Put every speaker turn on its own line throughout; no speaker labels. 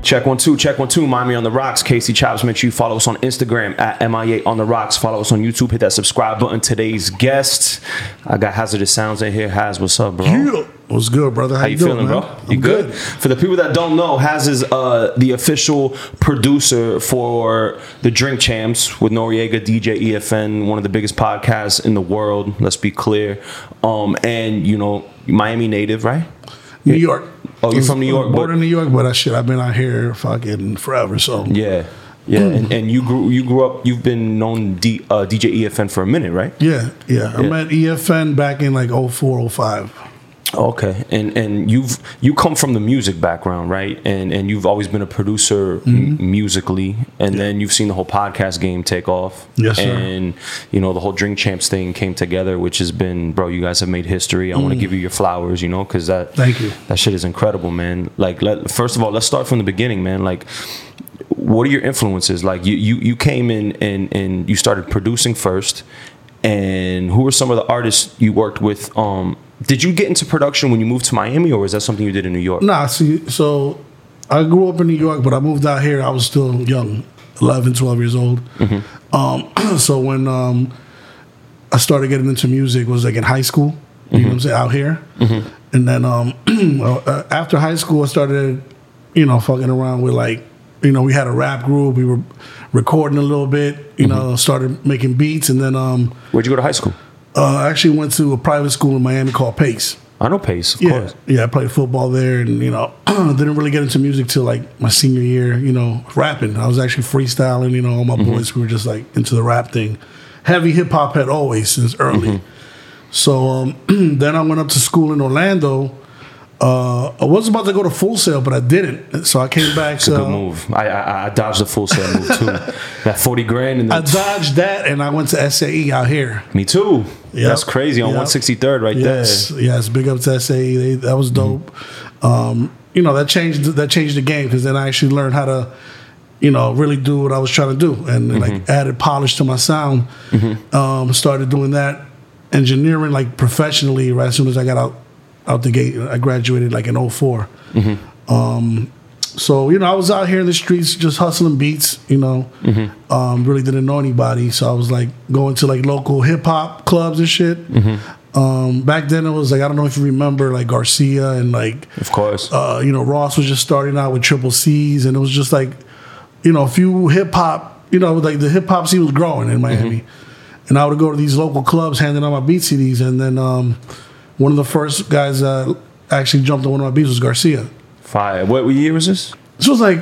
Check one two, check one two. Mind me on the rocks. Casey Chops. Make sure you follow us on Instagram at MIA on the rocks. Follow us on YouTube. Hit that subscribe button. Today's guest, I got Hazardous Sounds in here. Haz, what's up, bro?
Yeah. What's good, brother? How,
How you, feeling,
doing, man?
bro?
I'm
You good? For the people that don't know, Haz is uh, the official producer for the Drink Champs with Noriega, DJ EFN, one of the biggest podcasts in the world. Let's be clear. Um, and you know, Miami native, right?
New York.
Oh, you're from New York,
Born
but-
in New York, but I shit, I've been out here fucking forever. So
Yeah, yeah.
Mm.
and, and you grew you grew up. You've been known D, uh, DJ EFN for a minute, right?
yeah, yeah. I met EFN back in like 04, 05.
Okay, and and you've you come from the music background, right? And and you've always been a producer
Mm-hmm.
m- musically, and then you've seen the whole podcast game take off.
Yes, sir.
And you know the whole Drink Champs thing came together, which has been, bro. You guys have made history. I want to give you your flowers, you know, because that
Mm. Thank you.
that shit is incredible, man. Like, let, first of all, let's start from the beginning, man. Like, what are your influences? Like, you you you came in and and you started producing first, and who were some of the artists you worked with? Um, did you get into production when you moved to Miami, or is that something you did in New York?
Nah, see, so I grew up in New York, but I moved out here. I was still young, 11, 12 years old. Um, so when um, I started getting into music was like in high school, you know what I'm saying, out here. And then um, uh, after high school, I started, you know, fucking around with like, you know, we had a rap group. We were recording a little bit, you know, started making beats. And then um,
Where'd you go to high school?
uh, I actually went to a private school in Miami called Pace.
I know Pace, of
Yeah,
course.
yeah. I played football there, and you know, didn't really get into music till like my senior year. You know, rapping. I was actually freestyling. You know, all my
Mm-hmm.
boys we were just like into the rap thing. Heavy hip hop had always since early.
Mm-hmm.
So um, then I went up to school in Orlando. Uh, I was about to go to Full Sail, but I didn't. So I came back.
It's a good
uh,
move. I, I I dodged the full set move too. that forty grand and
I
then
dodged that, and I went to SAE out here.
me too.
Yep.
That's crazy on
Yep.
one sixty third right
Yes,
there.
yes. Big up to SAE. They, that was dope.
Mm-hmm.
Um, you know that changed that changed the game because then I actually learned how to, you know, really do what I was trying to do and
Mm-hmm.
like added polish to my sound. Um, started doing that engineering like professionally right as soon as I got out out the gate. I graduated like in 4
Mm-hmm.
so you know, I was out here in the streets just hustling beats. You know,
Mm-hmm.
um, really didn't know anybody, so I was like going to like local hip hop clubs and shit.
Mm-hmm.
Um, back then, it was like I don't know if you remember like Garcia and like
Of course.
uh, you know Ross was just starting out with triple C's, and it was just like you know a few hip hop. You know, like the hip hop scene was growing in Miami, and I would go to these local clubs handing out my beat CDs, and then um, one of the first guys that actually jumped on one of my beats was Garcia.
Fire. What year was this?
This was like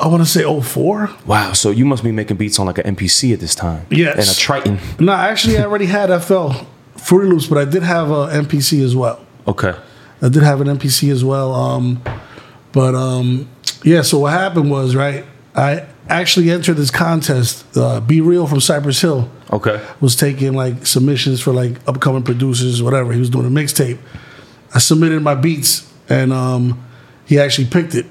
I want to say 04.
Wow, so you must be making beats on like an MPC at this time.
Yes.
And a Triton.
No, actually I already had FL Fruity Loops, but I did have uh, a MPC as well.
Okay.
I did have an MPC as well. Um, but um, yeah, so what happened was right. I actually entered this contest. Uh, Be Real from Cypress Hill
Okay.
was taking like submissions for like upcoming producers, whatever. He was doing a mixtape. I submitted my beats, and um, he actually picked it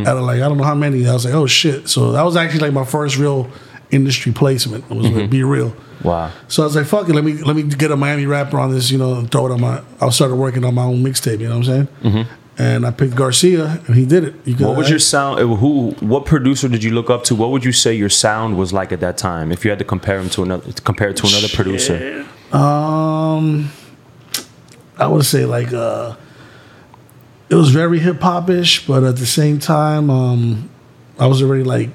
out of like I don't know how many. I was like, oh shit! So that was actually like my first real industry placement. It was with Be Real.
Wow.
So I was like, fuck it, let me let me get a Miami rapper on this, you know, and throw it on my. I started working on my own mixtape. You know what I'm saying? And I picked Garcia, and he did it. You
Mm-hmm. What was your sound? uh, Who? What producer did you look up to? What would you say your sound was like at that time? If you had to compare him to another, compare it to another producer,
Um, I would say like uh, it was very hip hop ish, but at the same time, um, I was already like,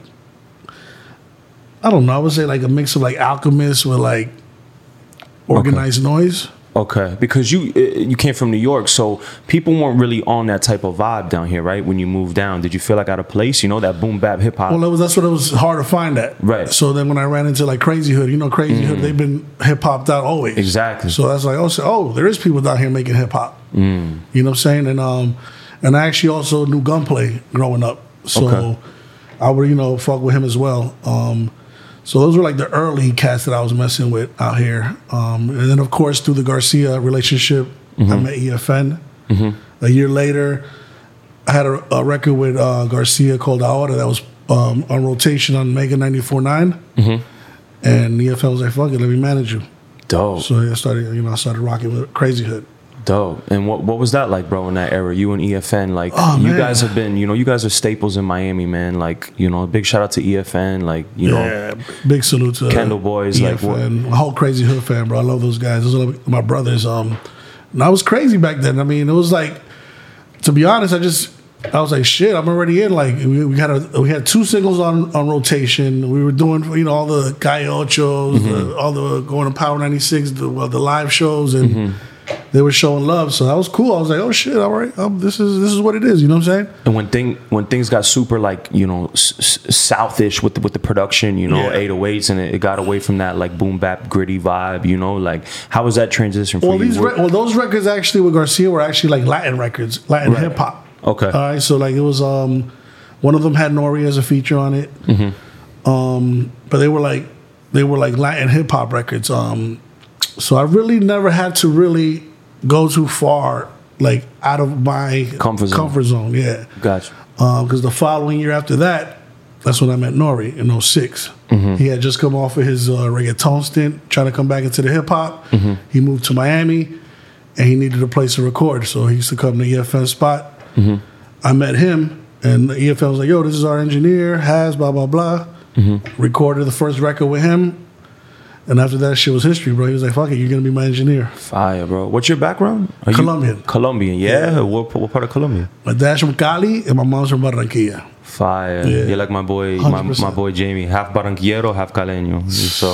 I don't know. I would say like a mix of like Alchemist with like organized noise.
okay, because you uh, you came from New York, so people weren't really on that type of vibe down here, right? When you moved down, did you feel like out of place? You know that boom bap hip hop.
Well, that was, that's what it was hard to find that.
Right.
So then when I ran into like Crazy Hood, you know, Crazy Hood, they've been hip hopped out always.
Exactly.
So that's like, oh, so, oh, there is people down here making hip hop. Mm. You know what I'm saying? And um, and I actually also knew Gunplay growing up, so
Okay.
I would you know fuck with him as well. Um, so those were like the early cats that I was messing with out here. Um, and then of course through the Garcia relationship, I
Mm-hmm.
met EFN. A year later, I had a, a record with uh, Garcia called Aora that was um, on rotation on Mega 94.9.
Mm-hmm.
And EFL E was like, fuck it, let me manage you.
Dope.
So I started, you know, I started rocking with Crazy Hood.
dope. And what what was that like, bro, in that era? You and EFN, like
Oh,
you
man.
guys have been, you know, you guys are staples in Miami, man. Like, you know, big shout out to EFN, like, you know.
Yeah, big salute to
Kendall Boys, like, what-
EFN, my whole crazy hood fan, bro. I love those guys. Those are like my brothers. Um, and I was crazy back then. I mean, it was like, to be honest, I just I was like, shit, I'm already in. Like, we, we had a we had two singles on on rotation. We were doing you know all the Gaiochos, the,
Mm-hmm.
all the going to Power 96, the well, the live shows, and
Mm-hmm.
they were showing love. So that was cool. I was like, oh shit, all right, um, this is this is what it is. You know what I'm saying?
And when thing when things got super like, you know, s- s- southish with the, with the production, you know,
Yeah.
808s and it, it got away from that like boom bap gritty vibe, you know, like how was that transition for
Well,
you?
these
Were-
re- well, those records actually with Garcia were actually like Latin records, Latin hip hop.
Okay.
All Uh, right. So like it was um, one of them had Nori as a feature on it.
Mm-hmm.
Um, but they were like they were like Latin hip hop records. Um, so I really never had to really go too far like out of my
Comfort zone.
Comfort zone. Yeah
gotcha.
because Uh, the following year after that, that's when I met Nori in 6 He had just come off of his uh, reggaeton stint, trying to come back into the hip hop. He moved to Miami, and he needed a place to record, so he used to come to EFN spot. I met him, and EFN was like, "Yo, this is our engineer, Has blah blah blah." Recorded the first record with him, and after that, shit was history, bro. He was like, "Fuck it, you're gonna be my engineer."
Fire, bro. What's your background? Are you-
Colombian.
Colombian, yeah. What, what part of Colombia?
My dad's from Cali, and my mom's from Barranquilla.
Fire.
Yeah.
You're like my boy, my, my
100%.
boy Jamie, half Barranquillero, half Caleño. So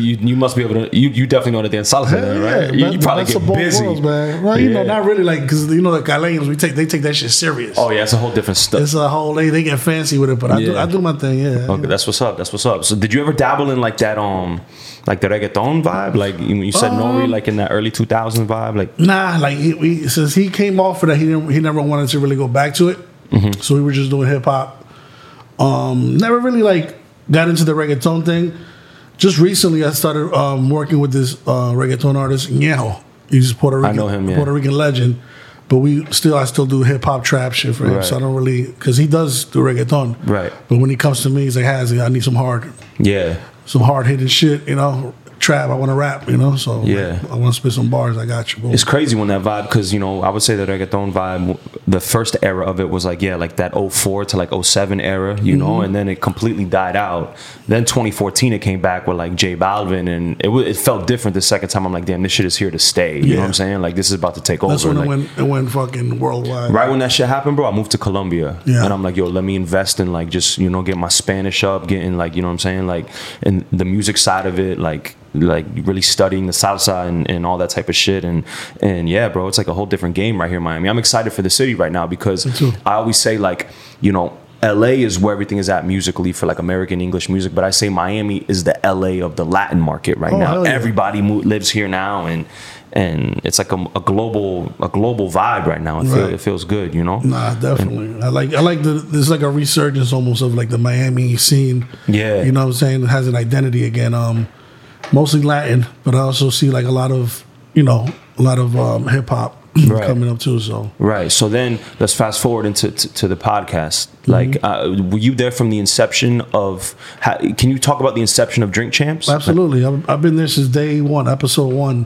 you, you must be able to. You, you definitely know the dance salsa,
Yeah,
then, right? You, you
that's-
probably
that's
get
the both
busy,
worlds, man. Well, you know,
Yeah.
not really like because you know, like Ghanaians, we take they take that shit serious.
Oh yeah, it's a whole different stuff.
It's a whole they, they get fancy with it, but I do
Yeah.
I do my thing. Yeah,
Okay, that's what's up. That's what's up. So did you ever dabble in like that um, like the reggaeton vibe? Like when you said Nori,
Um,
like in that early 2000 vibe, like
nah. Like he, we since he came off of that, he didn't, he never wanted to really go back to it.
Mm-hmm.
So we were just doing hip hop. Um, never really like got into the reggaeton thing. Just recently, I started um, working with this uh, reggaeton artist Ñejo. He's a Puerto Rican,
know him, yeah.
Puerto Rican legend. But we still, I still do hip hop trap shit for him.
Right.
So I don't really, because he does do reggaeton.
Right.
But when he comes to me, he's like, "Has I need some hard,
yeah,
some hard hitting shit, you know, trap. I want to rap, you know. So
Yeah.
I want to spit some bars. I got you. Boom.
it's crazy when that vibe because you know i would say the reggaeton vibe the first era of it was like yeah like that 04 to like 07 era you know
Mm-hmm.
and then it completely died out then 2014 it came back with like j balvin and it, wa- it felt different the second time i'm like damn this shit is here to stay you know what i'm
Yeah.
saying like this is about to take over
That's when
Like,
it went, it went fucking worldwide.
Right when that shit happened, bro, I moved to Colombia.
Yeah.
And I'm like, yo, let me invest in like just, you know, get my Spanish up, getting like, you know what I'm saying? Like and the music side of it, like like really studying the salsa and, and all that type of shit. And and yeah, bro, it's like a whole different game right here in Miami. I'm excited for the city right now because
too.
I always say like, you know, LA is where everything is at musically for like American English music, but I say Miami is the LA of the Latin market right
Oh,
now.
hell yeah.
Everybody mo- lives here now, and and it's like a, a global a global vibe right now. It, feel,
Right.
it feels good, you know.
Nah, definitely. I like I like the there's like a resurgence almost of like the Miami scene.
Yeah.
You know what I'm saying? It has an identity again. Um mostly Latin, but I also see like a lot of, you know, a lot of um hip hop
Right.
coming up too, so.
Right. So then let's fast forward into to, to the podcast.
Mm-hmm.
Like, uh, were you there from the inception of? How, can you talk about the inception of Drink Champs?
Absolutely. I've, I've been there since day one, episode one.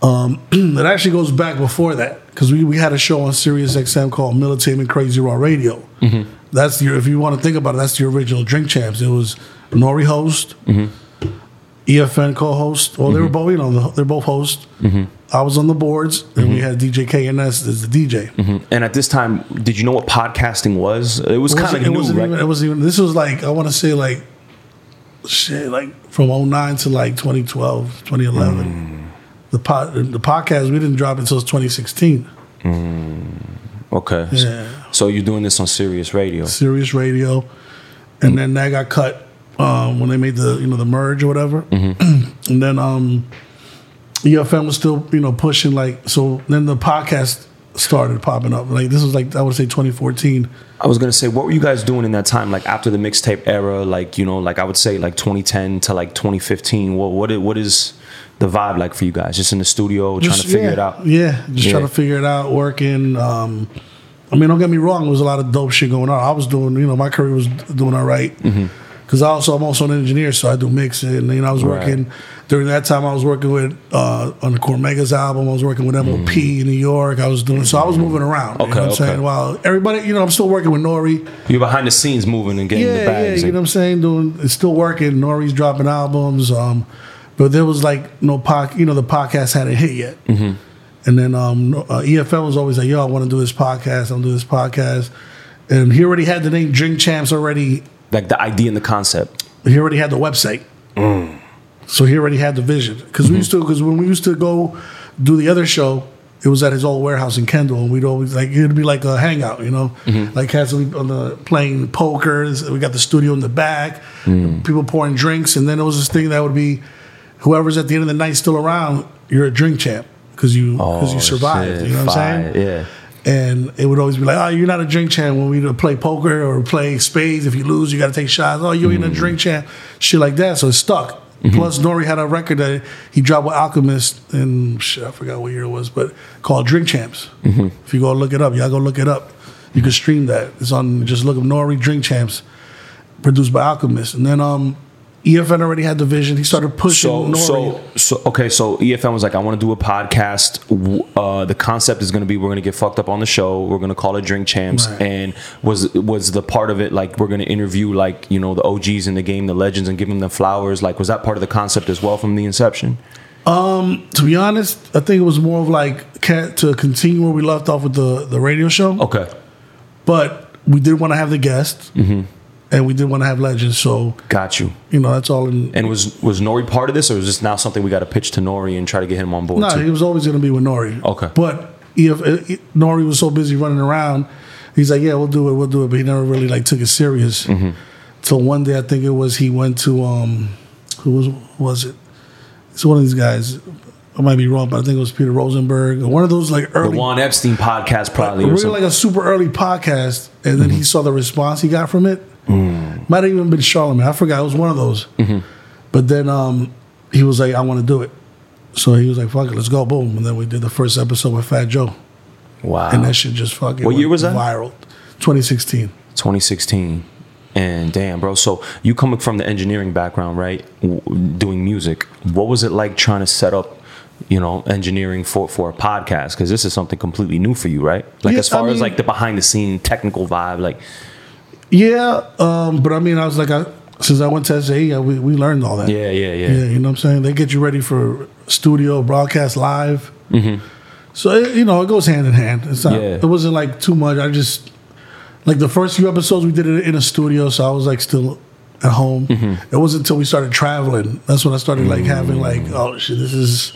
Um, it actually goes back before that because we, we had a show on Sirius XM called Militainment Crazy Raw Radio. That's your, if you want to think about it, that's the original Drink Champs. It was Nori host, E EFN co host. Well, they were both, you know, the, they're both hosts. I was on the boards and we had DJ KNS as the DJ.
And at this time, did you know what podcasting was? It was
It
kind of
wasn't- it
new,
wasn't
right?
even, it wasn't even, this was like, I want to say like, shit, like from 09 to like 2012, 2011.
Mm.
The, pod, the podcast, we didn't drop until 2016.
okay.
Yeah.
So you're doing this on Sirius Radio.
Sirius Radio.
Mm.
And then that got cut um, when they made the, you know, the merge or whatever.
Mm-hmm.
and then um, EFM was still, you know, pushing like, so then the podcast started popping up. Like this was like, I would say 2014.
I was gonna say, what were you guys doing in that time? Like after the mixtape era, like you know, like I would say, like 2010 to like 2015. What what i- what is the vibe like for you guys? Just in the studio, trying to figure
yeah,
it out.
Yeah, just
Yeah.
trying to figure it out, working. Um,
Mm-hmm.
I mean, don't get me wrong, there was a lot of dope shit going on. I was doing, you know, my career was doing all right. Because I also I'm also an engineer, so I do mixing. And you know, I was
Right.
working during that time. I was working with uh, on the Cormega's album. I was working with MOP in New York. I was doing so. I was moving around. you
Mm. Okay,
know what I'm
okay.
saying. While everybody, you know, I'm still working with Nori.
You're behind the scenes moving and getting
Yeah,
the
yeah.
bags.
You
and-
know what I'm saying. Doing it's still working. Nori's dropping albums. Um, but there was like no pod. You know, the podcast hadn't hit yet.
Mm-hmm.
And then um, no- uh, EFL was always like, "Yo, I want to do this podcast. I'm do this podcast." And he already had the name Drink Champs already
like the idea and the concept.
he already had the website. So he already had the vision. Because
Mm-hmm.
we used to, because when we used to go do the other show, it was at his old warehouse in Kendall, and we'd always like it'd be like a hangout, you know,
Mm-hmm.
like has we on the playing poker. We got the studio in the back,
Mm.
people pouring drinks, and then it was this thing that would be whoever's at the end of the night still around, you're a drink champ because you because you survived.
Oh, shit,
you know what I'm saying?
fire, Yeah.
And it would always be like, oh, you're not a drink champ when we either play poker or play spades. If you lose, you got to take shots. Oh, you ain't
Mm.
a drink champ. Shit like that. So it's stuck.
Mm-hmm.
Plus, Nori had a record that he dropped with Alchemist and shit, I forgot what year it was, but called Drink Champs.
Mm-hmm.
If you go look it up, y'all go look it up. You can stream that. It's on, just look up Nori Drink Champs, produced by Alchemist. And then um, EFN already had the vision. He started pushing
So so
Nori.
so okay. So EFM was like, I want to do a podcast. W- Uh, the concept is going to be we're going to get fucked up on the show. We're going to call it Drink Champs.
Right.
And was was the part of it like we're going to interview like you know the OGs in the game, the legends, and give them the flowers. Like was that part of the concept as well from the inception?
to be honest, I think it was more of like ca- to continue where we left off with the, the radio show.
Okay,
But we did want to have the guest, and we did want to have legends. So
got you.
you know that's all. in
And was was Nori part of this, or is this now something we got to pitch to Nori and try to get him on board?
No,
too?
he was always going to be with Nori.
Okay.
But if, if Nori was so busy running around, he's like, yeah, we'll do it, we'll do it. But he never really like took it serious. So one day, I think it was he went to um, who was who was it? It's one of these guys. I might be wrong, but I think it was Peter Rosenberg, one of those like
the
early
Juan Epstein podcast, probably.
We
or
were
something. Mm-hmm.
like a super early podcast, and then he saw the response he got from it.
Mm.
Might have even been Charlemagne. I forgot. It was one of those.
Mm-hmm.
But then um, he was like, "I want to do it," so he was like, "Fuck it, let's go!" Boom, and then we did the first episode with Fat Joe,
wow.
and that shit just fucking.
Ah. What
went
year was that?
Viral, 2016.
2016 and damn bro so you coming from the engineering background right w- doing music what was it like trying to set up you know engineering for for a podcast because this is something completely new for you right like
Yeah,
as far
I
as
mean-
like the behind the scene technical vibe like
Yeah, um, but I mean, I was like, I, since I went to SAE, I, we, we learned all that.
yeah yeah yeah,
Yeah, you know what I'm saying? They get you ready for studio, broadcast live. So, it, you know, it goes hand in hand. It's not,
Mm-hmm. Yeah.
It wasn't like too much. I just, like the first few episodes, we did it in a studio. So I was like still at home.
Mm-hmm.
It wasn't until we started traveling. That's when I started like having like,
Mm.
oh shit, this is.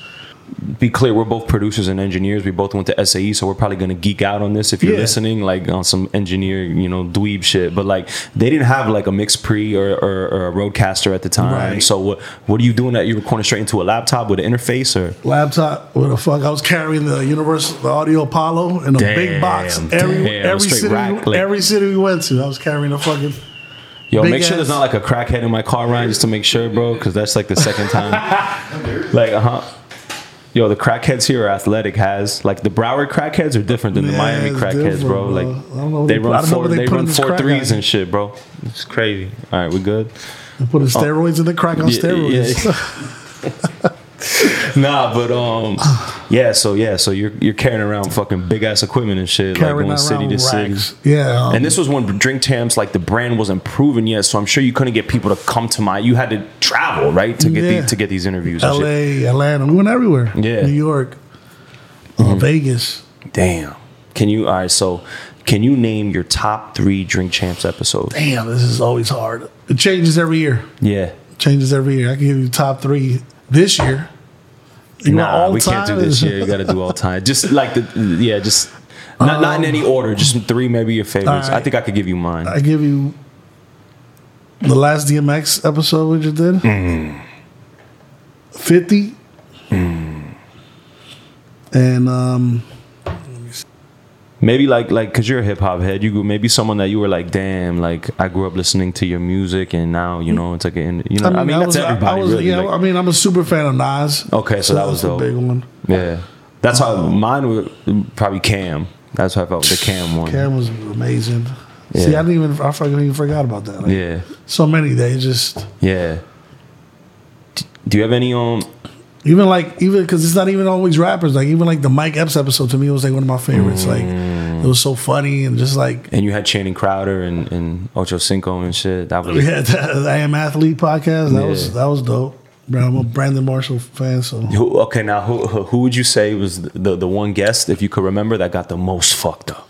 be clear we're both producers and engineers we both went to sae so we're probably going to geek out on this if you're
Yeah.
listening like on some engineer you know dweeb shit but like they didn't have like a mix pre or, or, or a roadcaster at the time
Right.
so what what are you doing that you're recording straight into a laptop with an interface or
Laptop, what the fuck? I was carrying the Universal, the Audio Apollo, in a big box.
Damn,
Every
damn,
every
straight
city,
rack, like-
every city we went to, I was carrying a fucking.
Yo,
Big
make sure there's
ass.
not like a crackhead in my car ride just to make sure, bro, because that's like the second time. like, uh huh. Yo, the crackheads here are athletic. Has like the Broward crackheads are different than the
Yeah,
Miami
it's
crackheads, bro.
different, bro.
Like
I don't know what
they
they put- I
run
don't know
four,
what they
they
put in
run
this
four
crack
threes
guy.
and shit, bro. It's crazy. All right, we good.
Putting steroids in the crack on
Oh. Yeah,
steroids.
yeah. nah, but um, yeah. So yeah, so you're you're carrying around fucking big ass equipment and shit, like
carrying
going
around
city to city.
racks. Yeah, um,
And this was when Drink Champs, like the brand wasn't proven yet, so I'm sure you couldn't get people to come to my. You had to travel, right, to get
Yeah.
the, to get these interviews. And shit.
L.A., um, Atlanta, we went everywhere.
Yeah. Mm-hmm.
New York, uh, Vegas.
Damn. Can you? All right. So, can you name your top three Drink Champs episodes?
Damn, this is always hard. It changes every year.
Yeah.
Changes every year. I can give you top three this year. You want
Nah,
all
we can't do
time?
this year. You got to do all time. Just like the yeah, just not not in any order. Just three, maybe your favorites.
Um, all right.
I think I could give you mine.
I give you the last DMX episode we just did.
Mm-hmm.
Fifty.
Mm-hmm.
And um,
Maybe like like because you're a hip hop head, you grew, maybe someone that you were like, damn, like I grew up listening to your music, and now you know it's like an, you know I mean,
Mm. I
that's
was, I-
everybody
I was,
really.
yeah,
like-
I mean, I'm a super fan of Nas.
Okay, so that was
that's the
dope.
big one.
Yeah, that's how mine would probably Cam. That's how I felt with the Cam one.
Cam was amazing. See,
Yeah.
I didn't even I fucking even forgot about that. Like,
yeah,
So many that it just
yeah. D- Do you have any um?
even like even because it's not even always rappers. Like even like the Mike Epps episode to me was like one of my favorites.
Mm.
Like it was so funny and just like
And you had Channing Crowder and and Ocho Cinco and shit. That
we
was
had that I Am Athlete podcast. That was
Yeah.
that was dope. Bro, I'm a Brandon Marshall fan, so
who, okay. Now who who who would you say was the, the the one guest if you could remember that got the most fucked up?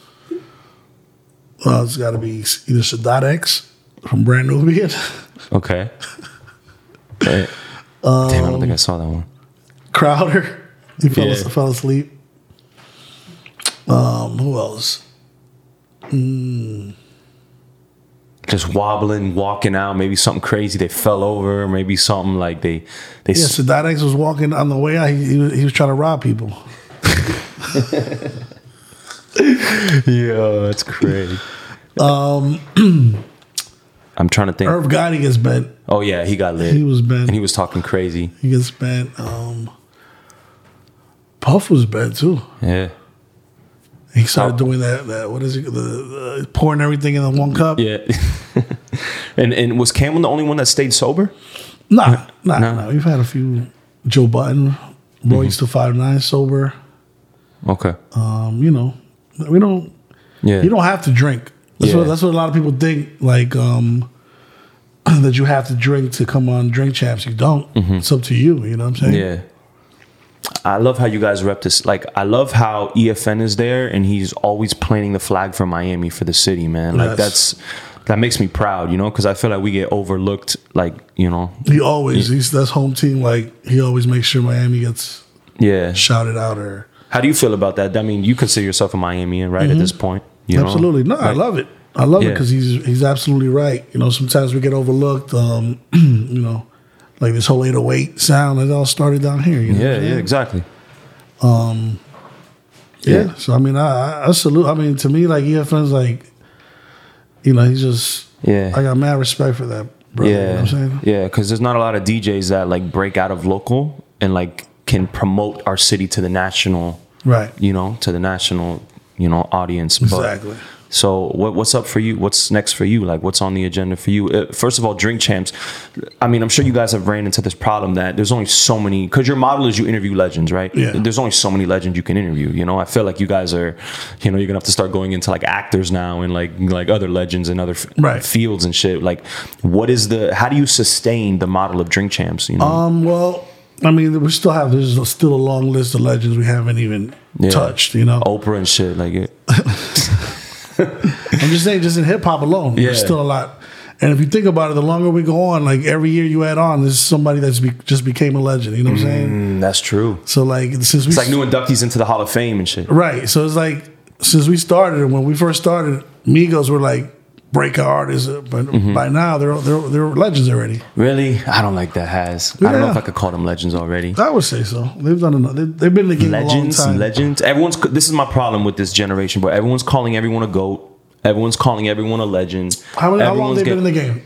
uh, it's got to be either Sadat X from Brand Nubian,
Okay. Right. Damn, I don't think I saw that one.
Crowder. He fell,
Yeah.
fell asleep. Um, who else?
Just wobbling, walking out. Maybe something crazy. They fell over. Maybe something like they they.
Yeah,
s-
Sadat X was walking on the way out. He, he, was, he was trying to rob people.
Yeah, that's crazy. Um,
Um,
I'm trying to think.
Irv Gotti gets bent.
oh yeah, he got lit.
Er- He was bent.
and he was talking crazy.
He gets bent. Um, Puff was bent too.
Yeah,
He started
Oh.
doing that. That what is it? The, the pouring everything in the one cup.
yeah. and and was Cameron the only one that stayed sober?
Nah, nah,
No. Mm-hmm.
nah, We've had a few. Joe Button, Royce to five nine sober.
Okay.
Um, you know, we don't.
Yeah.
You don't have to drink. That's
Yeah.
what that's what a lot of people think. Like um, that you have to drink to come on Drink Champs. You don't.
Mm-hmm.
It's up to you. You know what I'm saying?
Yeah. I love how you guys rep this. Like, I love how EFN is there and he's always planting the flag for Miami for the city, man. Like,
Yes.
that's that makes me proud, you know, because I feel like we get overlooked, like, you know,
He always he's that's home team. Like he always makes sure Miami gets
yeah.
shouted out or
How do you feel about that? I mean, you consider yourself a Miamian, right? At this point, you know?
Mm-hmm. Absolutely. No, I love it. I love it
Yeah.
because he's he's absolutely right. You know, sometimes we get overlooked. Um, you know, like this whole 808 sound it all started down here. You know
Yeah,
what I'm
yeah,
saying?
exactly.
yeah. So I mean, I, I- I salute. I mean, to me, like E EFN's like, you know, he's just.
Yeah.
I got mad respect for that, bro. You know
yeah,
what I'm saying.
yeah, because there's not a lot of DJs that like break out of local and like can promote our city to the national,
Right.
you know, to the national, you know, audience. But-
Exactly.
So what, what's up for you? What's next for you? Like what's on the agenda for you? Uh, first of all, drink champs. I mean, I'm sure you guys have ran into this problem that there's only so many because your model is you interview legends, right?
Yeah.
There's only so many legends you can interview. You know, I feel like you guys are, you know, you're gonna have to start going into like actors now and like like other legends and other f-
Right.
fields and shit. Like, what is the? How do you sustain the model of drink champs? You know,
Um. Well, I mean, we still have there's still a long list of legends we haven't even
Yeah.
touched. You know.
Oprah and shit. Like, it,
I'm just saying, just in hip hop alone, there's
Yeah.
still a lot. And if you think about it, the longer we go on, like every year you add on, there's somebody that's be, just became a legend. You know what I'm saying?
Mm, that's true.
So like since we
It's like new inductees into the Hall of Fame and shit.
right, so it's like since we started and when we first started, Migos were like breakout artists, uh, but
Mm-hmm.
by now they're they're they're legends already.
Really, I don't like that. Has I don't know if
Yeah.
I could call them legends already.
I would say so. They've done enough. They, they've been in the game
legends,
a long time.
legends. Everyone's this is my problem with this generation, but everyone's calling everyone a goat. Everyone's calling everyone a legend.
How many? How long
Everyone's
they've
get-
been in the game?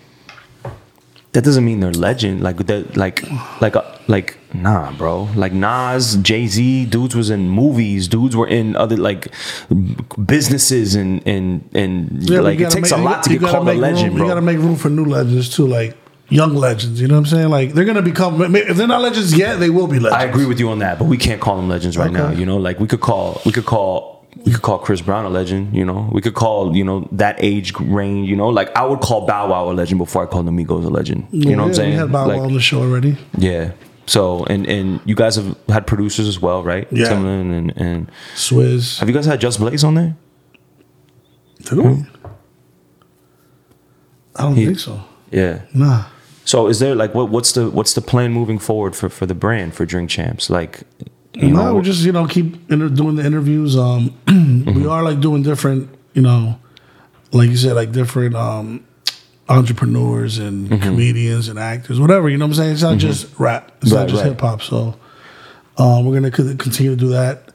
That doesn't mean they're legend. Like that, like, like, uh, like, nah, bro. Like Nas, Jay Z, dudes was in movies. Dudes were in other like b- businesses and and and
Yeah, but
like
you
it
gotta
takes
make-
a lot to
you
get
gotta
called a
make
legend,
room,
bro.
You gotta make room for new legends too, like young legends. You know what I'm saying? Like they're gonna become. If they're not legends yet, they will be
I
legends.
agree with you on that, but we can't call them legends right now.
Okay.
You know, like we could call we could call we could call Chris Brown a legend. You know, we could call you know that age range. You know, like I would call Bow Wow a legend before I called the Migos a legend. You know what I'm
Yeah,
saying?
We had Bow
Like,
Wow on the show already.
Yeah. So and and you guys have had producers as well, right?
Yeah.
Timbaland and and
Swizz.
have you guys had Just Blaze on there?
Did we? I don't think so.
Yeah.
Nah.
So is there like what what's the what's the plan moving forward for for the brand for Drink Champs? Like, you
no,
know,
we just you know keep inter- doing the interviews. Um,
Mm-hmm.
we are like doing different, you know, like you said, like different um entrepreneurs and
Mm-hmm.
comedians and actors, whatever. You know what I'm saying? It's not just rap. It's
Right,
not just
right.
hip hop. So, um, we're gonna co- continue to do that.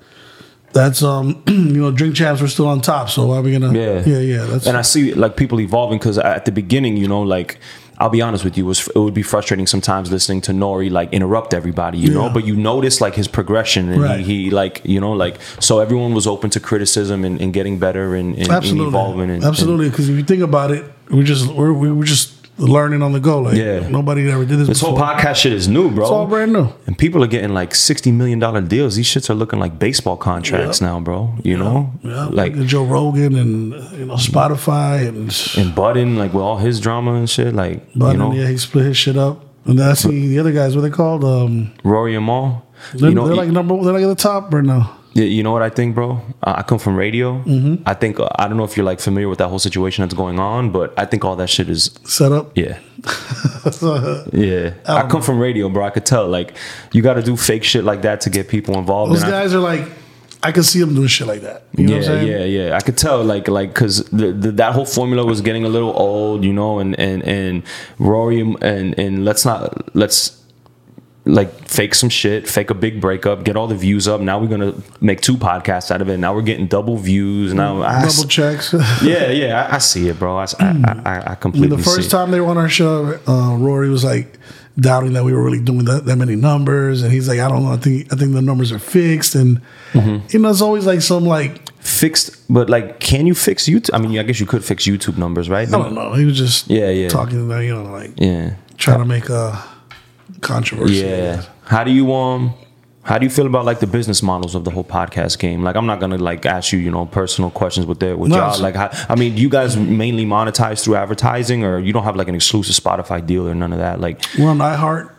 That's um, you know, drink champs. We're still on top. So are we gonna?
Yeah.
yeah, yeah. That's
and I see like people evolving because at the beginning, you know, like I'll be honest with you, it, was, it would be frustrating sometimes listening to Nori like interrupt everybody, you know.
Yeah.
But you notice like his progression, and
Right.
he, he like you know like so everyone was open to criticism and, and getting better and, and, and
absolutely,
evolving. And,
absolutely. Because if you think about it, we just we're, we were just learning on the go. Like
Yeah.
nobody ever did this.
This
before.
whole podcast shit is new, bro.
It's all brand new.
And people are getting like sixty million dollar deals. These shits are looking like baseball contracts now, bro. You know,
Yeah,
like
like Joe Rogan and uh, you know Spotify and
and Budden, like with all his drama and shit, like
But
you know,
yeah, he split his shit up. And then I see the other guys. What they called? Um,
Rory and Maul.
they're,
You know,
they're like number. They're like at the top right now.
y- you know what I think, bro. I I come from radio.
Mm-hmm.
I think uh, I don't know if you're like familiar with that whole situation that's going on, but I think all that shit is
Set up.
yeah.
Those
Yeah, I come from radio, bro. I could tell. Like, you got to do fake shit like that to get people involved. and I-
guys are like, I can see them doing shit like that. You know
yeah,
what I'm saying?
yeah, yeah. I could tell, like, like, cause the, the, that whole formula was getting a little old, you know. And and and Rory and and, and let's not let's like fake some shit, fake a big breakup, get all the views up. Now we're gonna make two podcasts out of it. Now we're getting double views. Now, I s-
Double checks. I
yeah, yeah, I, I see it, bro. I s- I, I- I- I completely
mean, Hmm. the
see
first
it.
time they were on our show, uh, Rory was like doubting that we were really doing that, that many numbers, and he's like, I don't know. I think I think the numbers are fixed, and
Mm-hmm.
you know, it's always like some like
fixed, but like, can you fix YouTube? I mean, I guess you could fix YouTube numbers, right?
I don't know. He was just
Yeah, yeah.
talking, you know, like
Yeah,
trying to make a controversy.
Yeah. How do you um how do you feel about like the business models of the whole podcast game? Like I'm not gonna like ask you, you know, personal questions with that with
No,
y'all.
it's-
Like how, I mean, do you guys mainly monetize through advertising or you don't have like an exclusive Spotify deal or none of that? Like
We're on iHeart.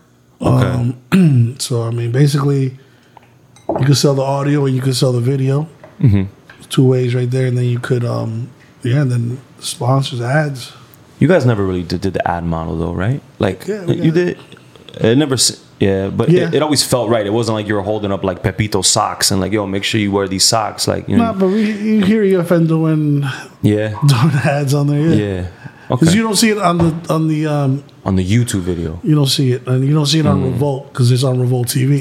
Um, so I mean, basically, you can sell the audio and you can sell the video. Mm-hmm. Two ways right there, and then you could, um, yeah, and then sponsors ads.
you guys never really did, did the ad model though, right? Like
Yeah, we
you
got-
did it never s- yeah, but
Yeah.
It, it always felt right. It wasn't like you were holding up like Pepito socks and like, yo, make sure you wear these socks. Like, you
Nah,
know,
but we, you hear UFN doing
yeah,
doing ads on there, yeah.
yeah.
Because
Okay.
you don't see it on the on the um,
On the YouTube video.
you don't see it, and you don't see it
Mm.
on Revolt because it's on Revolt TV.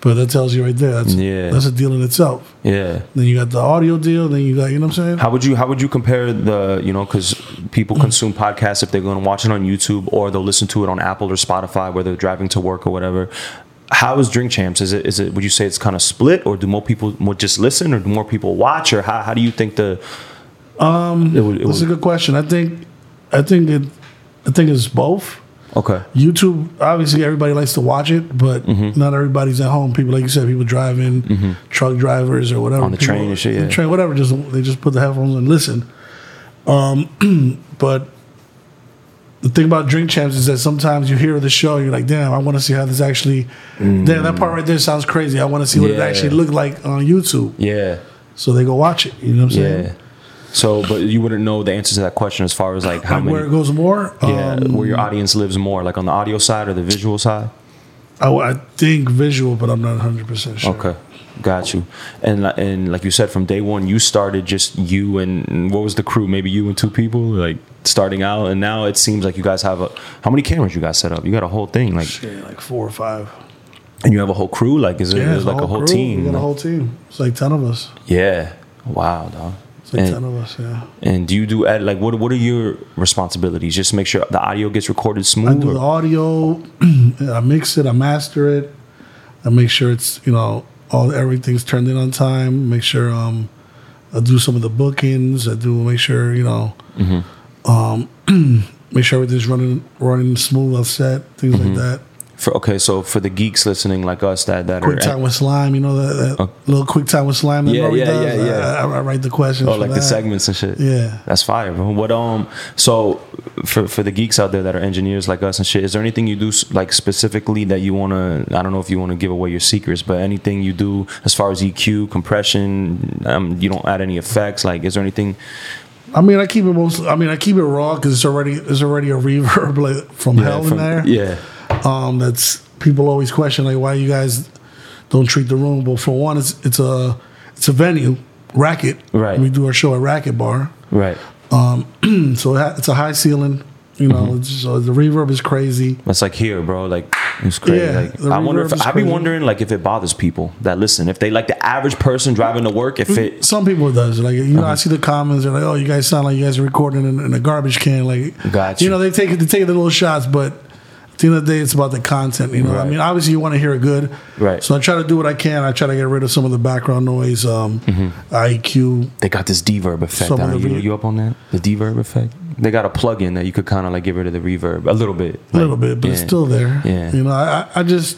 But that tells you right there, that's
Yeah.
that's a deal in itself.
Yeah.
Then you got the audio deal. Then you got you know what I'm saying.
How would you how would you compare the you know because people consume podcasts if they're going to watch it on YouTube or they'll listen to it on Apple or Spotify where they're driving to work or whatever. How is Drink Champs? Is it is it would you say it's kind of split or do more people more just listen or do more people watch or how, how do you think the um it would, it
That's a
would,
good question. I think, I think it, I think it's both.
okay
YouTube, obviously, everybody likes to watch it, but
Mm-hmm.
not everybody's at home. People, like you said, people driving, truck drivers or whatever,
On the
People-
train and shit, yeah.
the train, whatever. Just they just put the headphones on and listen. Um, but the thing about Drink Champs is that sometimes you hear the show, you're like, damn, I want to see how this actually. Damn, that part right there sounds crazy. I want to see what it
Mm. Yeah.
actually looked like on YouTube.
yeah
So they go watch it. You know what I'm saying?
yeah so but you wouldn't know the answer to that question as far as like how
Like where it
many
goes more. um,
yeah where your audience lives more like on the audio side or the visual side.
I, Oh, I think visual, but I'm not 100% sure.
Okay, got you. And li- and like you said, from day one, you started just you and and what was the crew? Maybe you and two people, like starting out. And now it seems like you guys have a how many cameras you guys set up? You got a whole thing, like,
Shit, like four or five.
and you have a whole crew. Like, is it
Yeah,
is
it's
like a whole
crew.
team?
We got a
like-
whole team. It's like 10 of us.
yeah. Wow, dog.
It's like 10
and,
of us, yeah.
and do you do ed, like what? What are your responsibilities? Just make sure the audio gets recorded
I
smooth.
do
or-
the audio, I mix it, I master it, I make sure it's, you know, all everything's turned in on time, make sure um, I do some of the bookings, I do make sure, you know,
Mm-hmm.
um, make sure everything's running running smooth on set, things
Mm-hmm.
like that.
for, okay, so for the geeks listening like us that that
Quick
are
time with slime, you know that, that little quick time with slime that
Yeah,
Rory
yeah,
does.
yeah, yeah.
I, I, I write the questions.
Oh,
for
like the
that.
segments and shit.
Yeah.
that's fire, bro. What um, so for for the geeks out there that are engineers like us and shit, is there anything you do s- like specifically that you wanna? I don't know if you wanna give away your secrets, but anything you do as far as EQ, compression, um, you don't add any effects. Like, is there anything?
I mean, I keep it most. I mean, I keep it raw because it's already it's already a reverb like, from hell
from-
in there.
Yeah,
Um, that's people always question like why you guys don't treat the room. But for one, it's it's a it's a venue, racket.
Right.
We do our show at Racket Bar,
right. Mm-hmm.
so it ha- it's a high ceiling. You know, it's- so the reverb is crazy.
That's like here, bro. Like It's crazy.
Yeah,
like,
the
I wonder if
reverb is
I be
crazy.
wondering like if it bothers people that listen. If they like the average person driving to work,
Mm-hmm.
if it
Some people does like you know
Uh-huh.
I see the comments they're like oh you guys sound like you guys are recording in, in a garbage can like
Gotcha.
you know they take they take the little shots but at the end of the day it's about the content you know I
Right.
mean obviously you want to hear it good
Right.
so I try to do what I can I try to get rid of some of the background noise um,
Mm-hmm.
IQ
they got this deverb effect.
Some of
I don't
the
know, you,
re-
you up on that? The deverb effect. They got a plug-in that you could kind of like get rid of the reverb a little bit.
a little bit but it's still there
Yeah.
you know I I I just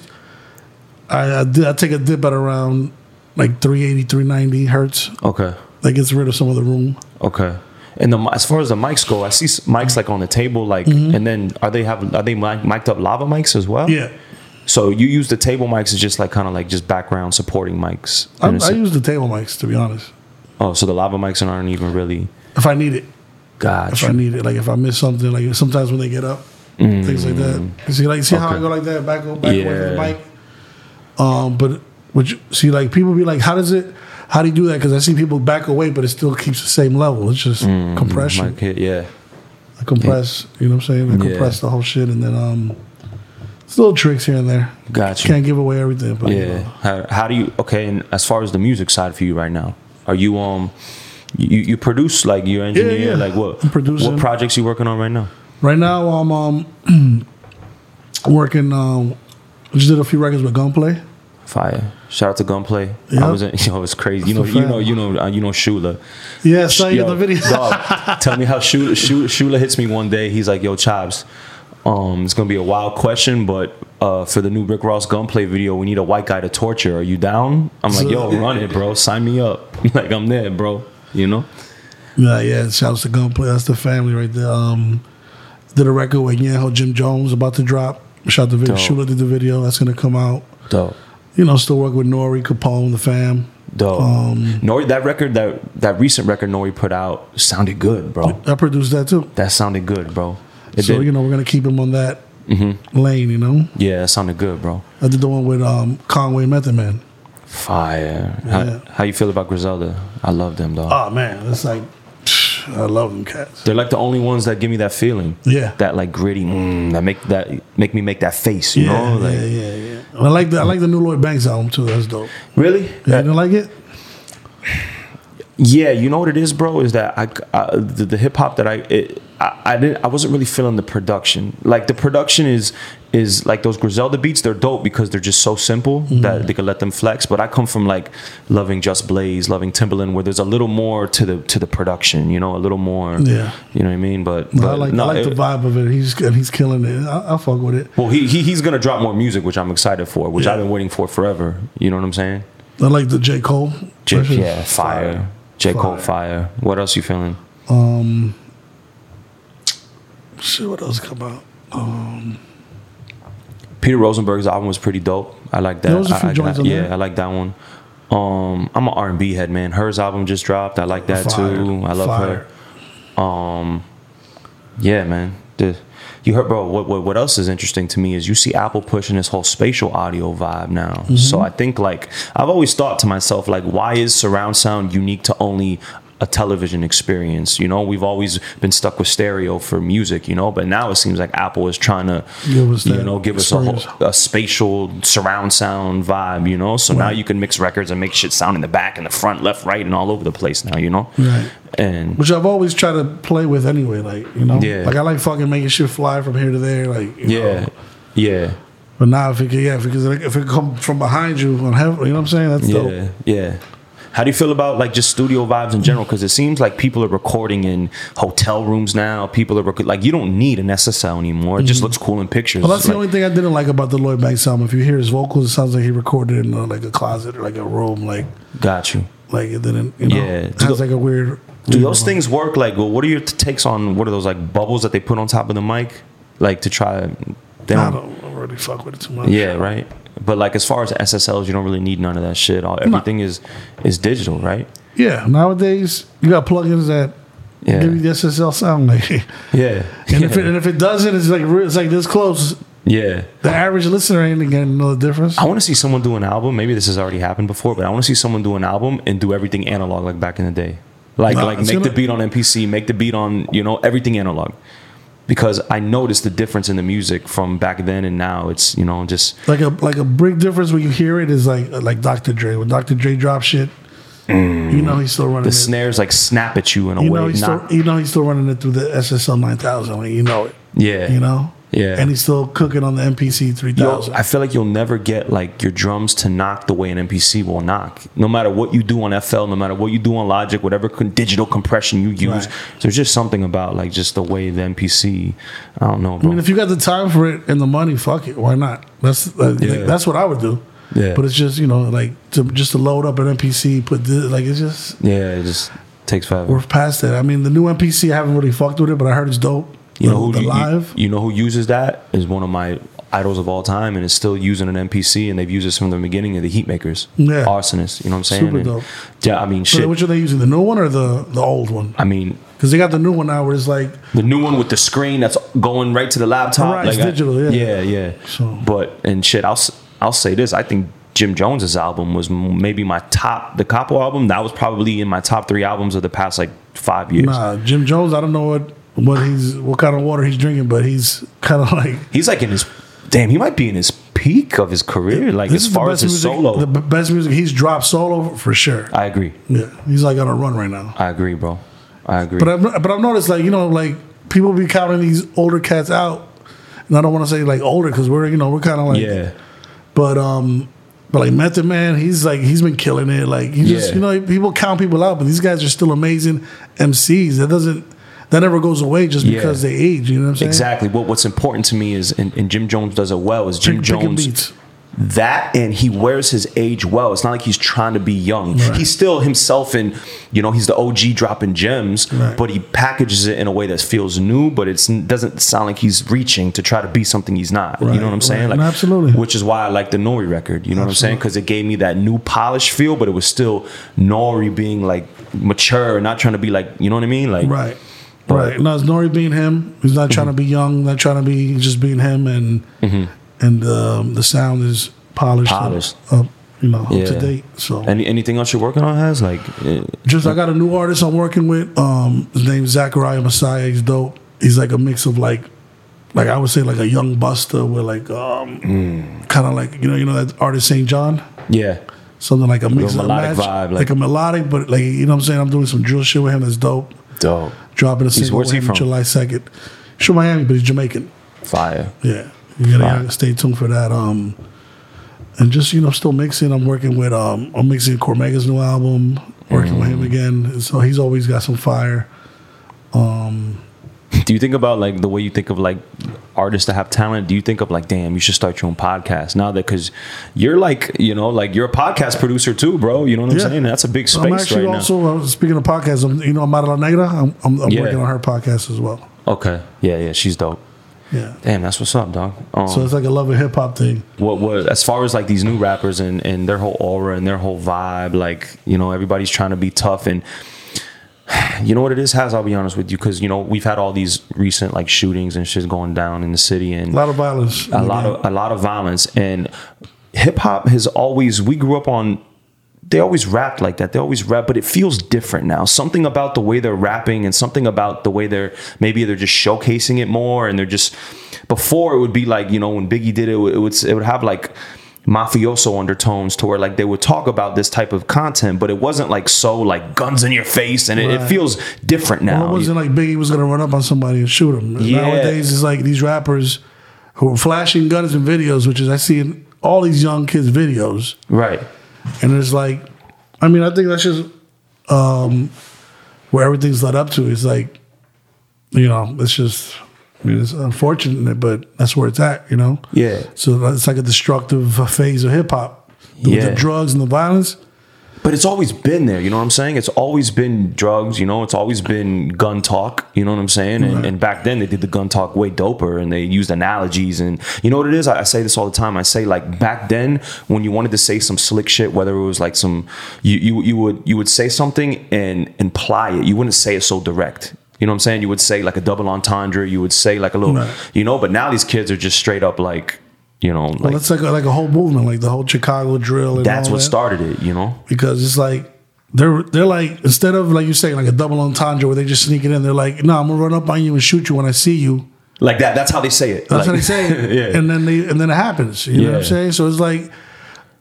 I I, di- I take a dip at around like 380 390 hertz
okay.
that gets rid of some of the room
Okay. And the mi- as far as the mics go, I see s- mics like on the table, like, and then are they have are they mic- mic'd up lava mics as well?
Mm-hmm. yeah
So you use the table mics as just like kind of like just background supporting mics.
I,
in a
I
sen-
use the table mics to be honest
oh, so the lava mics aren't even really.
if I need it. if I
Gotcha.
need it. Like if I miss something, like sometimes when they get up, things like that. You see, like see how
Mm.
I
Okay.
go like that, back up, back away from the
Yeah.
mic. Um, but would you see like people be like, how does it? How do you do that? Because I see people back away, but it still keeps the same level. It's just compression.
Mic hit, Mm, yeah.
I compress. You know what I'm saying? I
Yeah.
compress the whole shit, and then um, it's little tricks here and there.
Gotcha.
Can't give away everything, but uh, you
Yeah.
know.
How, how do you okay? And as far as the music side for you right now, are you um, you you produce like your engineer
yeah.
like what
I'm producing.
what projects you working on right now?
Right now, I'm um, working. Um, I just did a few records with Gunplay.
Fire! Shout out to Gunplay.
Yeah.
I was in, yo, it's crazy. You know,
That's a
you know,
fact.
you know, uh, you know, Shula.
Yeah, so you the video.
dog, tell me how Shula, Shula, Shula hits me one day. He's like, "Yo, Chops, um, it's gonna be a wild question, but uh, for the new Rick Ross gunplay video, we need a white guy to torture. Are you down?" I'm like, "Yo, run it, bro. Sign me up. like I'm there, bro. You know."
Yeah, yeah. Shouts to Gunplay. That's the family right there. Um, did a record with Yeho Jim Jones about to drop. Shot the video.
Dope.
Shula did the video. That's gonna come out.
Dope.
You know, still working with Nori, Capone, the fam.
Dope.
Um,
Nori, that record, that that recent record Nori put out sounded good, bro.
I produced that too.
That sounded good, bro. It did.
so
Mm-hmm.
you know, we're gonna keep him on that lane. You know,
yeah, that sounded good, bro.
I did the one with um, Conway Method Man.
Fire.
Yeah.
How, how you feel about Griselda? I love them, dog.
Oh man, it's like I love them cats.
They're like the only ones that give me that feeling.
Yeah.
That like gritty, mm, that make that make me make that face, you
Yeah,
know? Like
yeah, yeah, yeah. I like the I like the new Lloyd Banks album too. That's dope.
really?
You
Yeah.
didn't like it?
Yeah, you know what it is, bro, is that I, I the, the hip hop that I, it, I I didn't I wasn't really feeling the production. Like the production is is like those Griselda beats. They're dope because they're just so simple
Mm-hmm.
that they could let them flex. But I come from like loving Just Blaze, loving Timbaland, where there's a little more to the to the production. You know, a little more.
Yeah.
You know what I mean? But,
I
but
like
no,
I like
it-
the vibe of it. He's and he's killing it. I, I fuck with it.
Well, he, he he's gonna drop more music, which I'm excited for, which
Yeah.
I've been waiting for forever. You know what I'm saying?
I like the J. Cole.
J,
version.
yeah, fire. J Cole, fire. What else you feeling?
Shit, what else come out?
Peter Rosenberg's album was pretty dope. I like that.
There was a
I-
few
I-
joints
I-
on
yeah,
there.
I like that one. Um, I'm an R&B head, man. Hers album just dropped. I like that
Fire.
too. I love
Fire.
her. Um, yeah, man. The- you heard, bro. What, what what else is interesting to me is you see Apple pushing this whole spatial audio vibe now.
Mm-hmm.
So I think like I've always thought to myself like, why is surround sound unique to only a television experience? You know, we've always been stuck with stereo for music. You know, but now it seems like Apple is trying to,
Give us
you
that
know, give us
experience.
a whole a spatial surround sound vibe, you know. So now you can mix records and make shit sound in the back and the front, left, right, and all over the place now, you know.
Right.
And
Which I've always tried to play with anyway, like, you know?
Yeah.
Like I like fucking making shit fly from here to there, like you
yeah,
know.
yeah,
But now if it can yeah, if it, can- if it come from behind you on heaven, you know what I'm saying? That's
yeah,
dope.
yeah. How do you feel about like just studio vibes in general? Because it seems like people are recording in hotel rooms now. People are rec- like you don't need an SSL anymore. It just looks cool in pictures.
Mm-hmm. Well, that's the
Like,
only thing I didn't like about the Lloyd Banks album. If you hear his vocals, it sounds like he recorded in uh, like a closet or like a room, like
got you.
like it didn't, you know.
Yeah.
It has like a weird.
Do those things work? Like, well, what are your t- takes on what are those like bubbles that they put on top of the mic, like to try? They
I
don't,
don't really fuck with it too much.
Yeah, right. But like as far as SSLs, you don't really need none of that shit. All, everything is is digital, right?
Yeah. Nowadays you got plugins that
Yeah.
give you the SSL sound like
Yeah.
And if it, and if it doesn't, it's like re- it's like this close.
yeah.
The average listener ain't gonna know the difference.
I want to see someone do an album. Maybe this has already happened before, but I want to see someone do an album and do everything analog like back in the day. Like
Nah,
like
it's
make the
gonna-
beat on MPC, make the beat on, you know, everything analog. because I noticed the difference in the music from back then and now. It's you know just
Like a like a big difference when you hear it is like like Dr. Dre. When Dr. Dre drops shit, you know he's still running
Mm. the
it.
snares like snap at you in a
you
way.
know he's
not,
still you know he's still running it through the SSL 9000. Like, you know it.
yeah,
You know.
Yeah.
And he's still cooking on the MPC
Yo,
3000.
I feel like you'll never get like your drums to knock the way an MPC will knock. No matter what you do on FL, no matter what you do on Logic, whatever con- digital compression you use,
Right.
there's just something about like just the way the MPC. I don't know,
I
bro.
mean, if you got the time for it and the money, fuck it. Why not? That's uh, like,
Yeah.
that's what I would do.
Yeah.
But it's just you know like to just to load up an NPC, put this, like it's just
yeah, it just takes forever.
we're past that. I mean, the new NPC, I haven't really fucked with it, but I heard it's dope.
You
the,
know who
the
you- you-
live.
You, know who uses that is one of my idols of all time, and is still using an MPC, and they've used this from the beginning of the heat makers,
Yeah.
arsonists. You know what I'm saying?
Super
And-
dope.
Yeah, I mean
So
shit.
which are they using? The new one or the the old one?
I mean
Because they got the new one now, where it's like
the new one with the screen that's going right to the laptop.
Right, it's
I-
digital, yeah.
yeah, yeah.
So-
But and shit, I'll s- I'll say this. I think Jim Jones's album was m- maybe my top. The Capo album that was probably in my top three albums of the past like five years.
nah, Jim Jones. I don't know what what he's what kind of water he's drinking, but he's kind of like
He's like in his damn. He might be in his peak of his career, like as
this is the
far as
best
his
music,
solo.
the b- best music he's dropped solo for sure.
I agree.
Yeah, he's like on a run right now.
I agree, bro. I agree.
But I've, but I've noticed like you know like people be counting these older cats out, and I don't want to say like older because we're you know we're kind of like
yeah,
But um, but like Method Man, he's like he's been killing it. Like you just
Yeah.
you know people count people out, but these guys are still amazing MCs. That doesn't that never goes away just
Yeah.
because they age. You know what I'm saying?
exactly. What What's important to me is, and, and Jim Jones does it well, is Jim
Pick- picking
Jones.
beats.
that and he wears his age well. It's not like he's trying to be young. He's still himself and you know, he's the OG dropping gems,
Right.
but he packages it in a way that feels new, but it doesn't sound like he's reaching to try to be something he's not. You
Right,
know what I'm saying?
right.
Like
Absolutely.
Which is why I like the Nori record, you know what I'm saying? Cuz it gave me that new polished feel, but it was still Nori being like mature and not trying to be like, you know what I mean? Like
Right. Right. No, it's Nori being him. He's not
Mm-hmm.
trying to be young. Not trying to be just being him. And and um, the sound is polished. and
Polished.
Up, you know, up to
Yeah.
date. So
Any, anything else you're working on has like eh,
Just I got a new artist I'm working with. Um, his name's Zachariah Messiah. He's dope. He's like a mix of like, like I would say like a young Buster with like um,
Hmm.
kind of like you know you know that artist Saint John,
yeah.
something like a mix
Little
of
melodic vibe, like-
like, a melodic, but like you know what I'm saying. I'm doing some drill shit with him. That's dope.
Dope.
Dropping a single
where's he
with him
from?
July second. He's from Miami, but he's Jamaican.
Fire.
Yeah, you gotta,
Fire.
gotta stay tuned for that. Um, and just you know, still mixing. I'm working with um, I'm mixing Cormega's new album. Working with
Mm.
him again, and so he's always got some fire.
Do you think about like the way you think of like artists that have talent? Do you think of like, damn, you should start your own podcast now that because you're like, you know, like you're a podcast producer too, bro. You know what I'm
Yeah.
saying? That's a big space
I'm actually
right
also uh, speaking of podcasts. I'm, you know, I'm out of La Negra. I'm, I'm, I'm
Yeah.
working on her podcast as well.
now. Okay, yeah, yeah, she's dope.
Yeah,
Damn, that's what's up, dog. Um,
so it's like a love and hip hop thing.
what what as far as like these new rappers and and their whole aura and their whole vibe like you know everybody's trying to be tough and you know what it is has i'll be honest with you because you know we've had all these recent like shootings and shit going down in the city and
A lot of violence.
a lot of a lot of violence and hip hop has always we grew up on they always rapped like that. They always rap, but it feels different now. Something about the way they're rapping and something about the way they're maybe they're just showcasing it more and they're just before it would be like, you know, when Biggie did it, it would it would, it would have like mafioso undertones to where like they would talk about this type of content, but it wasn't like so like guns in your face and it, it
Right.
feels different now.
Well, it wasn't like Biggie was gonna run up on somebody and shoot him.
Yeah.
Nowadays, it's like these rappers who are flashing guns in videos, which is I see in all these young kids' videos.
right.
And it's like, I mean, I think that's just um, where everything's led up to. It's like, you know, it's just, I mean, it's unfortunate, but that's where it's at, you know?
Yeah.
So it's like a destructive phase of hip hop.
Yeah.
The drugs and the violence.
But it's always been there, you know what I'm saying? It's always been drugs, you know, it's always been gun talk, you know what I'm saying? And, and back then they did the gun talk way doper and they used analogies. And you know what it is? I, I say this all the time. I say, like, back then when you wanted to say some slick shit, whether it was like some, you, you, you, would, you would say something and imply it. You wouldn't say it so direct. You know what I'm saying? You would say like a double entendre. You would say like a little,
Right.
you know, but now these kids are just straight up like, you know, like
Well, that's like a, like a whole movement, like the whole Chicago drill. And
that's
all
what
that.
started it, you know?
because it's like they're they're like instead of like you saying like a double entendre where they just sneak it in, they're like, no, I'm gonna run up on you and shoot you when I see you.
Like that. That's how they say it. Like-
That's what they say.
yeah.
And then they and then it happens. You know what I'm
Yeah.
saying? So it's like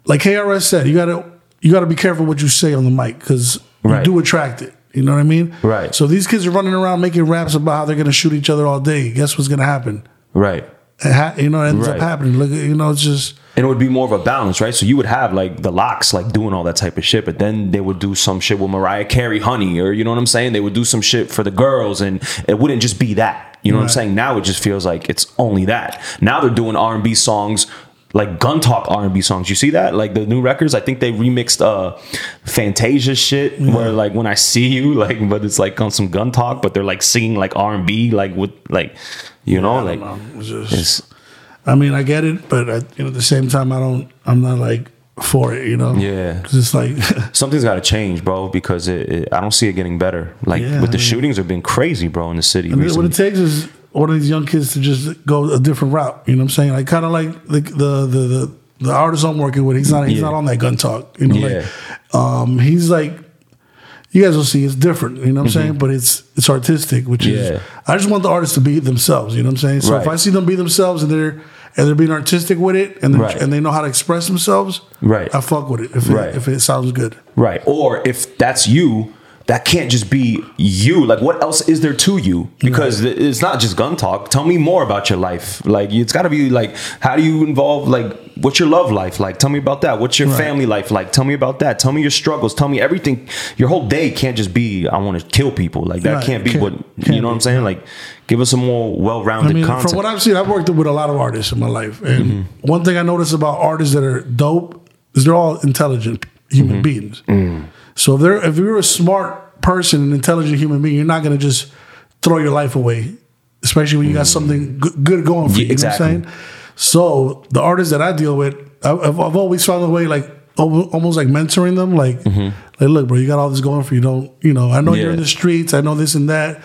like KRS said, you gotta you gotta be careful what you say on the mic because
Right.
you do attract it. You know what I mean?
Right.
So these kids are running around making raps about how they're gonna shoot each other all day. Guess what's gonna happen?
right.
It ha- you know, it ends
Right.
up happening. Look, you know, it's just
And it would be more of a balance, right? So you would have like the locks, like doing all that type of shit, but then they would do some shit with Mariah Carey, honey, or you know what I'm saying? They would do some shit for the girls, and it wouldn't just be that. You know what I'm
Right.
saying? Now it just feels like it's only that. Now they're doing R and B songs, like gun talk R and B songs. You see that? Like the new records. I think they remixed uh Fantasia shit, where like when I see you, like, but it's like on some gun talk, but they're like singing like R and B, like with like, you know, Oh, like
um, it's just-
it's
I mean, I get it, but at, you know, at the same time, I don't. I'm not like for it. You know?
Yeah.
'Cause it's like
something's got to change, bro, because it, it, I don't see it getting better. Like
Yeah,
with the
I mean-
shootings have been crazy, bro, in the city
what
recently.
it takes is one of these young kids to just go a different route. You know what I'm saying? Like kind of like the the the. the the artist I'm working with, he's not he's
Yeah.
not on that gun talk. You know,
Yeah.
like um he's like you guys will see it's different, you know what I'm saying? But it's it's artistic, which
Mm-hmm. Yeah.
is I just want the artists to be themselves, you know what I'm saying? So if
Right.
I see them be themselves and they're and they're being artistic with it and they're-
Right.
and they know how to express themselves,
Right.
I fuck with it if
Right.
it, if it sounds good.
right? Or if that's you, that can't just be you. Like, what else is there to you? Because th- it's not just gun talk. Tell me more about your life. Like, it's got to be like, how do you involve like what's your love life like? Tell me about that. What's your
Right.
family life like? Tell me about that. Tell me your struggles. Tell me everything. Your whole day can't just be I want to kill people. Like that
Right.
can't be
Can't-
what you
can't
know what
be.
I'm saying. Like, give us some more well-rounded
I mean,
content.
from what I've seen, I've worked with a lot of artists in my life, and
Mm-hmm.
one thing I notice about artists that are dope is they're all intelligent human
Mm-hmm.
beings.
Mm.
So if they're if you're a smart person, an intelligent human being, you're not gonna just throw your life away, especially when you got something g- good going for you.
Mm. Yeah, exactly.
You know what I'm saying? So the artists that I deal with, I- I've, I've always found a way like. al- Almost like mentoring them, like, like, look, bro, you got all this going for you. Don't, you know, I know you're
Mm-hmm. Yeah.
in the streets, I know this and that,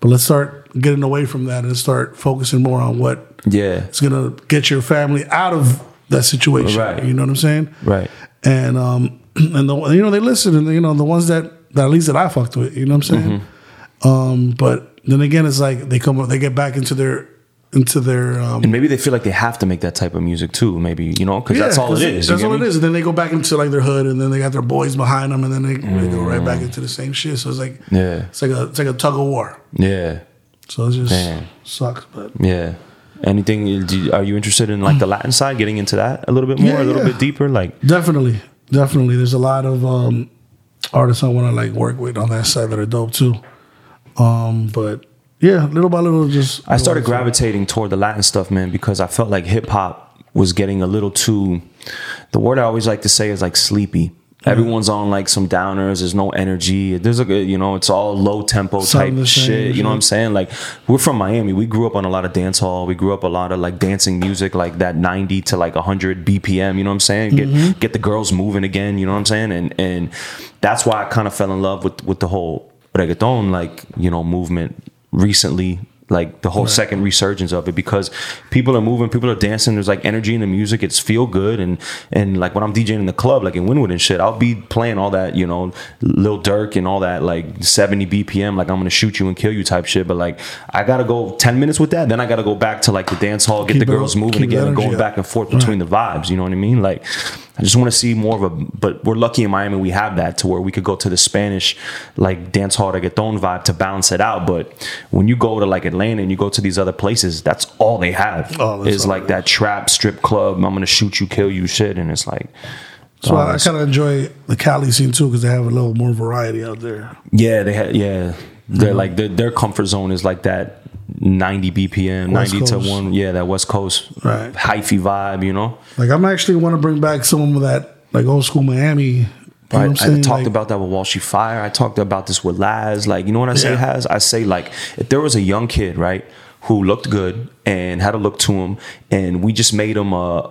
but let's start getting away from that and start focusing more on what
yeah.
is gonna get your family out of that situation.
Right.
You know what I'm saying?
Right.
And um and the you know they listen and you know the ones that, that at least that I fucked with. You know what I'm saying?
Mm-hmm.
Um, but then again, it's like they come up, they get back into their into their um,
And maybe they feel like they have to make that type of music too. Maybe you know, because that's
Yeah,
all it
'cause
is. you
That's
get
all
me?
it is. And then they go back into like their hood, and then they got their boys behind them, and then they, they go right
Mm.
back into the same shit. So it's like
Yeah.
it's like a it's like a tug of war.
Yeah,
So it just
Damn.
sucks. But
yeah. Anything? do you- Are you interested in like the Latin side? Getting into that a little bit more,
Yeah,
a little
yeah.
bit deeper, like
definitely, definitely, there's a lot of um, artists I want to like work with on that side that are dope too. Um, but yeah, little by little, just
I started gravitating toward the Latin stuff, man, because I felt like hip hop was getting a little too. The word I always like to say is like sleepy. Everyone's on like some downers. There's no energy. There's a you know, it's all low tempo type
Sound the same,
shit. You know what I'm
yeah.
saying? Like we're from Miami. We grew up on a lot of dance hall. We grew up a lot of like dancing music, like that 90 to like 100 BPM. You know what I'm saying? Get
Mm-hmm.
get the girls moving again. You know what I'm saying? And and that's why I kind of fell in love with with the whole reggaeton like you know movement recently like the whole second resurgence of it because people are moving people are dancing there's like energy in the music it's feel good and and like when i'm djing in the club like in winwood and shit i'll be playing all that you know lil durk and all that like 70 bpm like i'm gonna shoot you and kill you type shit but like i gotta go 10 minutes with that then i gotta go back to like the dance hall get
Keep
the
it-
girls moving
keep the
again and
energy
going
up.
back and forth between the vibes you know what i mean like i just want to see more of a but we're lucky in miami we have that to where we could go to the spanish like dance hall reggaeton vibe to balance it out but when you go to like atlanta and you go to these other places that's all they have
Oh, that's
is
all
like that trap strip club i'm gonna shoot you kill you shit and it's like
so I, I
it's-
kind of enjoy the Cali scene too because they have a little more variety out there.
yeah they had yeah they're
Mm-hmm.
like their their comfort zone is like that 90 bpm
West
90 to
Coast.
1 yeah that west coast
Right.
hyphy vibe you know
Like I'm actually want to bring back some of that like old school Miami. You know
I,
what I'm
I
saying?
talked
Like,
about that with Walshy Fire. I talked about this with Laz. Like, you know what I say,
Yeah.
Laz? I say, like, if there was a young kid, right, who looked good and had a look to him, and we just made him a,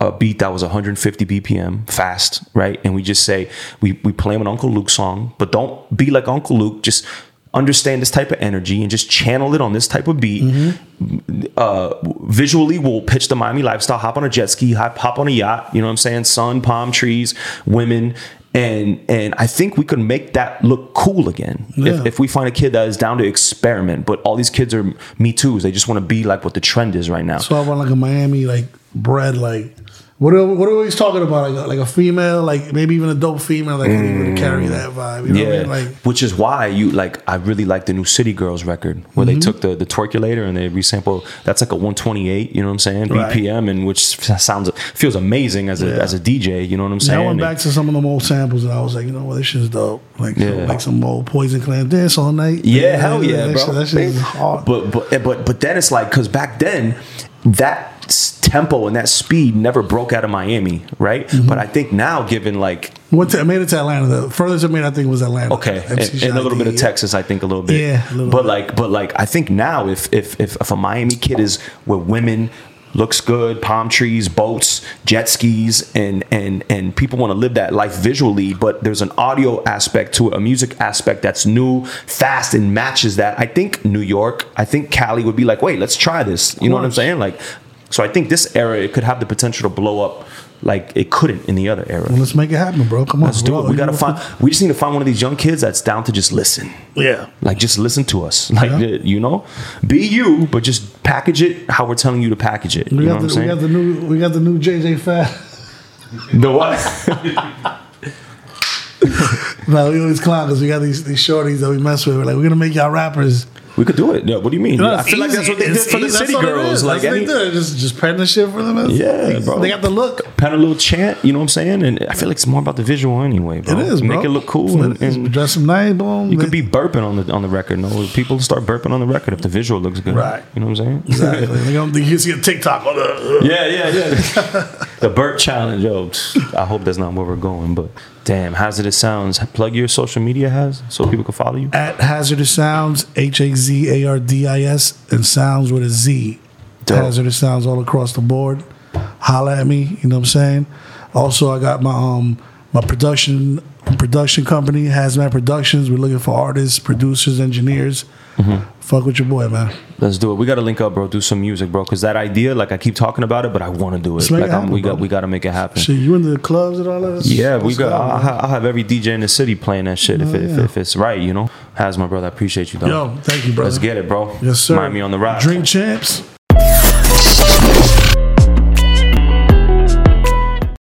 a beat that was 150 BPM fast, right? And we just say, we, we play him an Uncle Luke song, but don't be like Uncle Luke. Just understand this type of energy and just channel it on this type of beat
Mm-hmm.
uh, visually we will pitch the Miami lifestyle. Hop on a jet ski, hop, hop on a yacht. You know what I'm saying? Sun, palm trees, women, and and I think we could make that look cool again
Yeah.
if, if we find a kid that is down to experiment. But all these kids are me too's; they just want to be like what the trend is right now.
So I want like a Miami like bread like. What are, what are we talking about? Like a, like a female, like maybe even a dope female that can even carry that vibe. You know
Mm. yeah,
what I mean? Like
which is why you like. I really like the new City Girls record where
Mm-hmm.
they took the the twerculator and they resample. That's like a 128. You know what I'm saying?
Right.
BPM and which sounds feels amazing as a
Yeah.
as a DJ. You know what I'm
yeah,
saying?
I went
And-
back to some of them old samples and I was like, you know what, this shit's dope. Like
Yeah.
like some old Poison Clan dance all night.
Yeah,
Like,
hell
that-
yeah,
that
bro.
Shit, that shit is hard.
But but eh, but but then it's like because back then that s- tempo and that speed never broke out of Miami, right?
Mm-hmm.
But I think now, given like
Went to, I made it to Atlanta. The furthest I made, I think, was Atlanta.
okay, and,
MC
and a little
Shady,
bit of
yeah.
Texas, I think a little bit,
Yeah, a little
but
bit.
like but like I think now if if if, if a Miami kid is with women. Looks good, palm trees, boats, jet skis, and and and people want to live that life visually. But there's an audio aspect to it, a music aspect that's new, fast, and matches that. I think New York, I think Cali would be like, wait, let's try this. You know what I'm saying? Like, so I think this era it could have the potential to blow up, like it couldn't in the other era.
Well, let's make it happen, bro. Come on.
Let's do
bro.
it. We
You
gotta
know-
find. We just need to find one of these young kids that's down to just listen.
Yeah.
Like just listen to us. Like uh,
Yeah.
you know, be you, but just package it how we're telling you to package it.
We
you know
got,
what I'm
the, we got
saying?
the new we got the new JJ Fat.
The what?
no, we always clown because we got these these shorties that we mess with. We're like, we're gonna make y'all rappers.
we could do it. Yeah. What do you mean?
No,
I
it's
feel like that's
easy.
what they
It's
did for the
easy.
city
That's what it
girls.
is.
Like
That's what
any,
they did. just just pen the shit for them. That's-
Yeah,
they,
bro.
They got the look.
pen a little chant. You know what I'm saying? And I feel like it's more about the visual anyway, bro.
It is, bro.
Make it look cool. And, and
dress them nice, boom.
you could be burping on the on the record. No, people start burping on the record if the visual looks good.
Right.
You know what I'm saying?
exactly. They gonna, you see a TikTok on the. uh,
Yeah, yeah, yeah. the burp challenge, yo. I hope that's not where we're going, but damn, hazardous sounds. Plug your social media has so people can follow you.
At Hazardous Sounds, H A Z A R D I S, and Sounds with a Z.
Dope.
Hazardous Sounds all across the board. Holla at me, you know what I'm saying? Also, I got my um my production production company, Hazmat Productions. We're looking for artists, producers, engineers.
Mm-hmm.
Fuck with your boy, man.
Let's do it. We gotta link up, bro. Do some music, bro. Cause that idea, like I keep talking about it, but I want to do it.
make
Like
it
I'm, we
happen,
got,
bro.
we gotta make it happen.
Shit, you into the clubs and all that?
Yeah, we
What's
got.
up,
I'll,
man?
ha- I'll have every DJ in the city playing that shit if, it, if,
yeah.
if it's right, you know. Has my brother, I appreciate you, though.
Yo, thank you, brother.
Let's get it, bro.
Yes, sir.
Mind me on the ride.
Drink champs.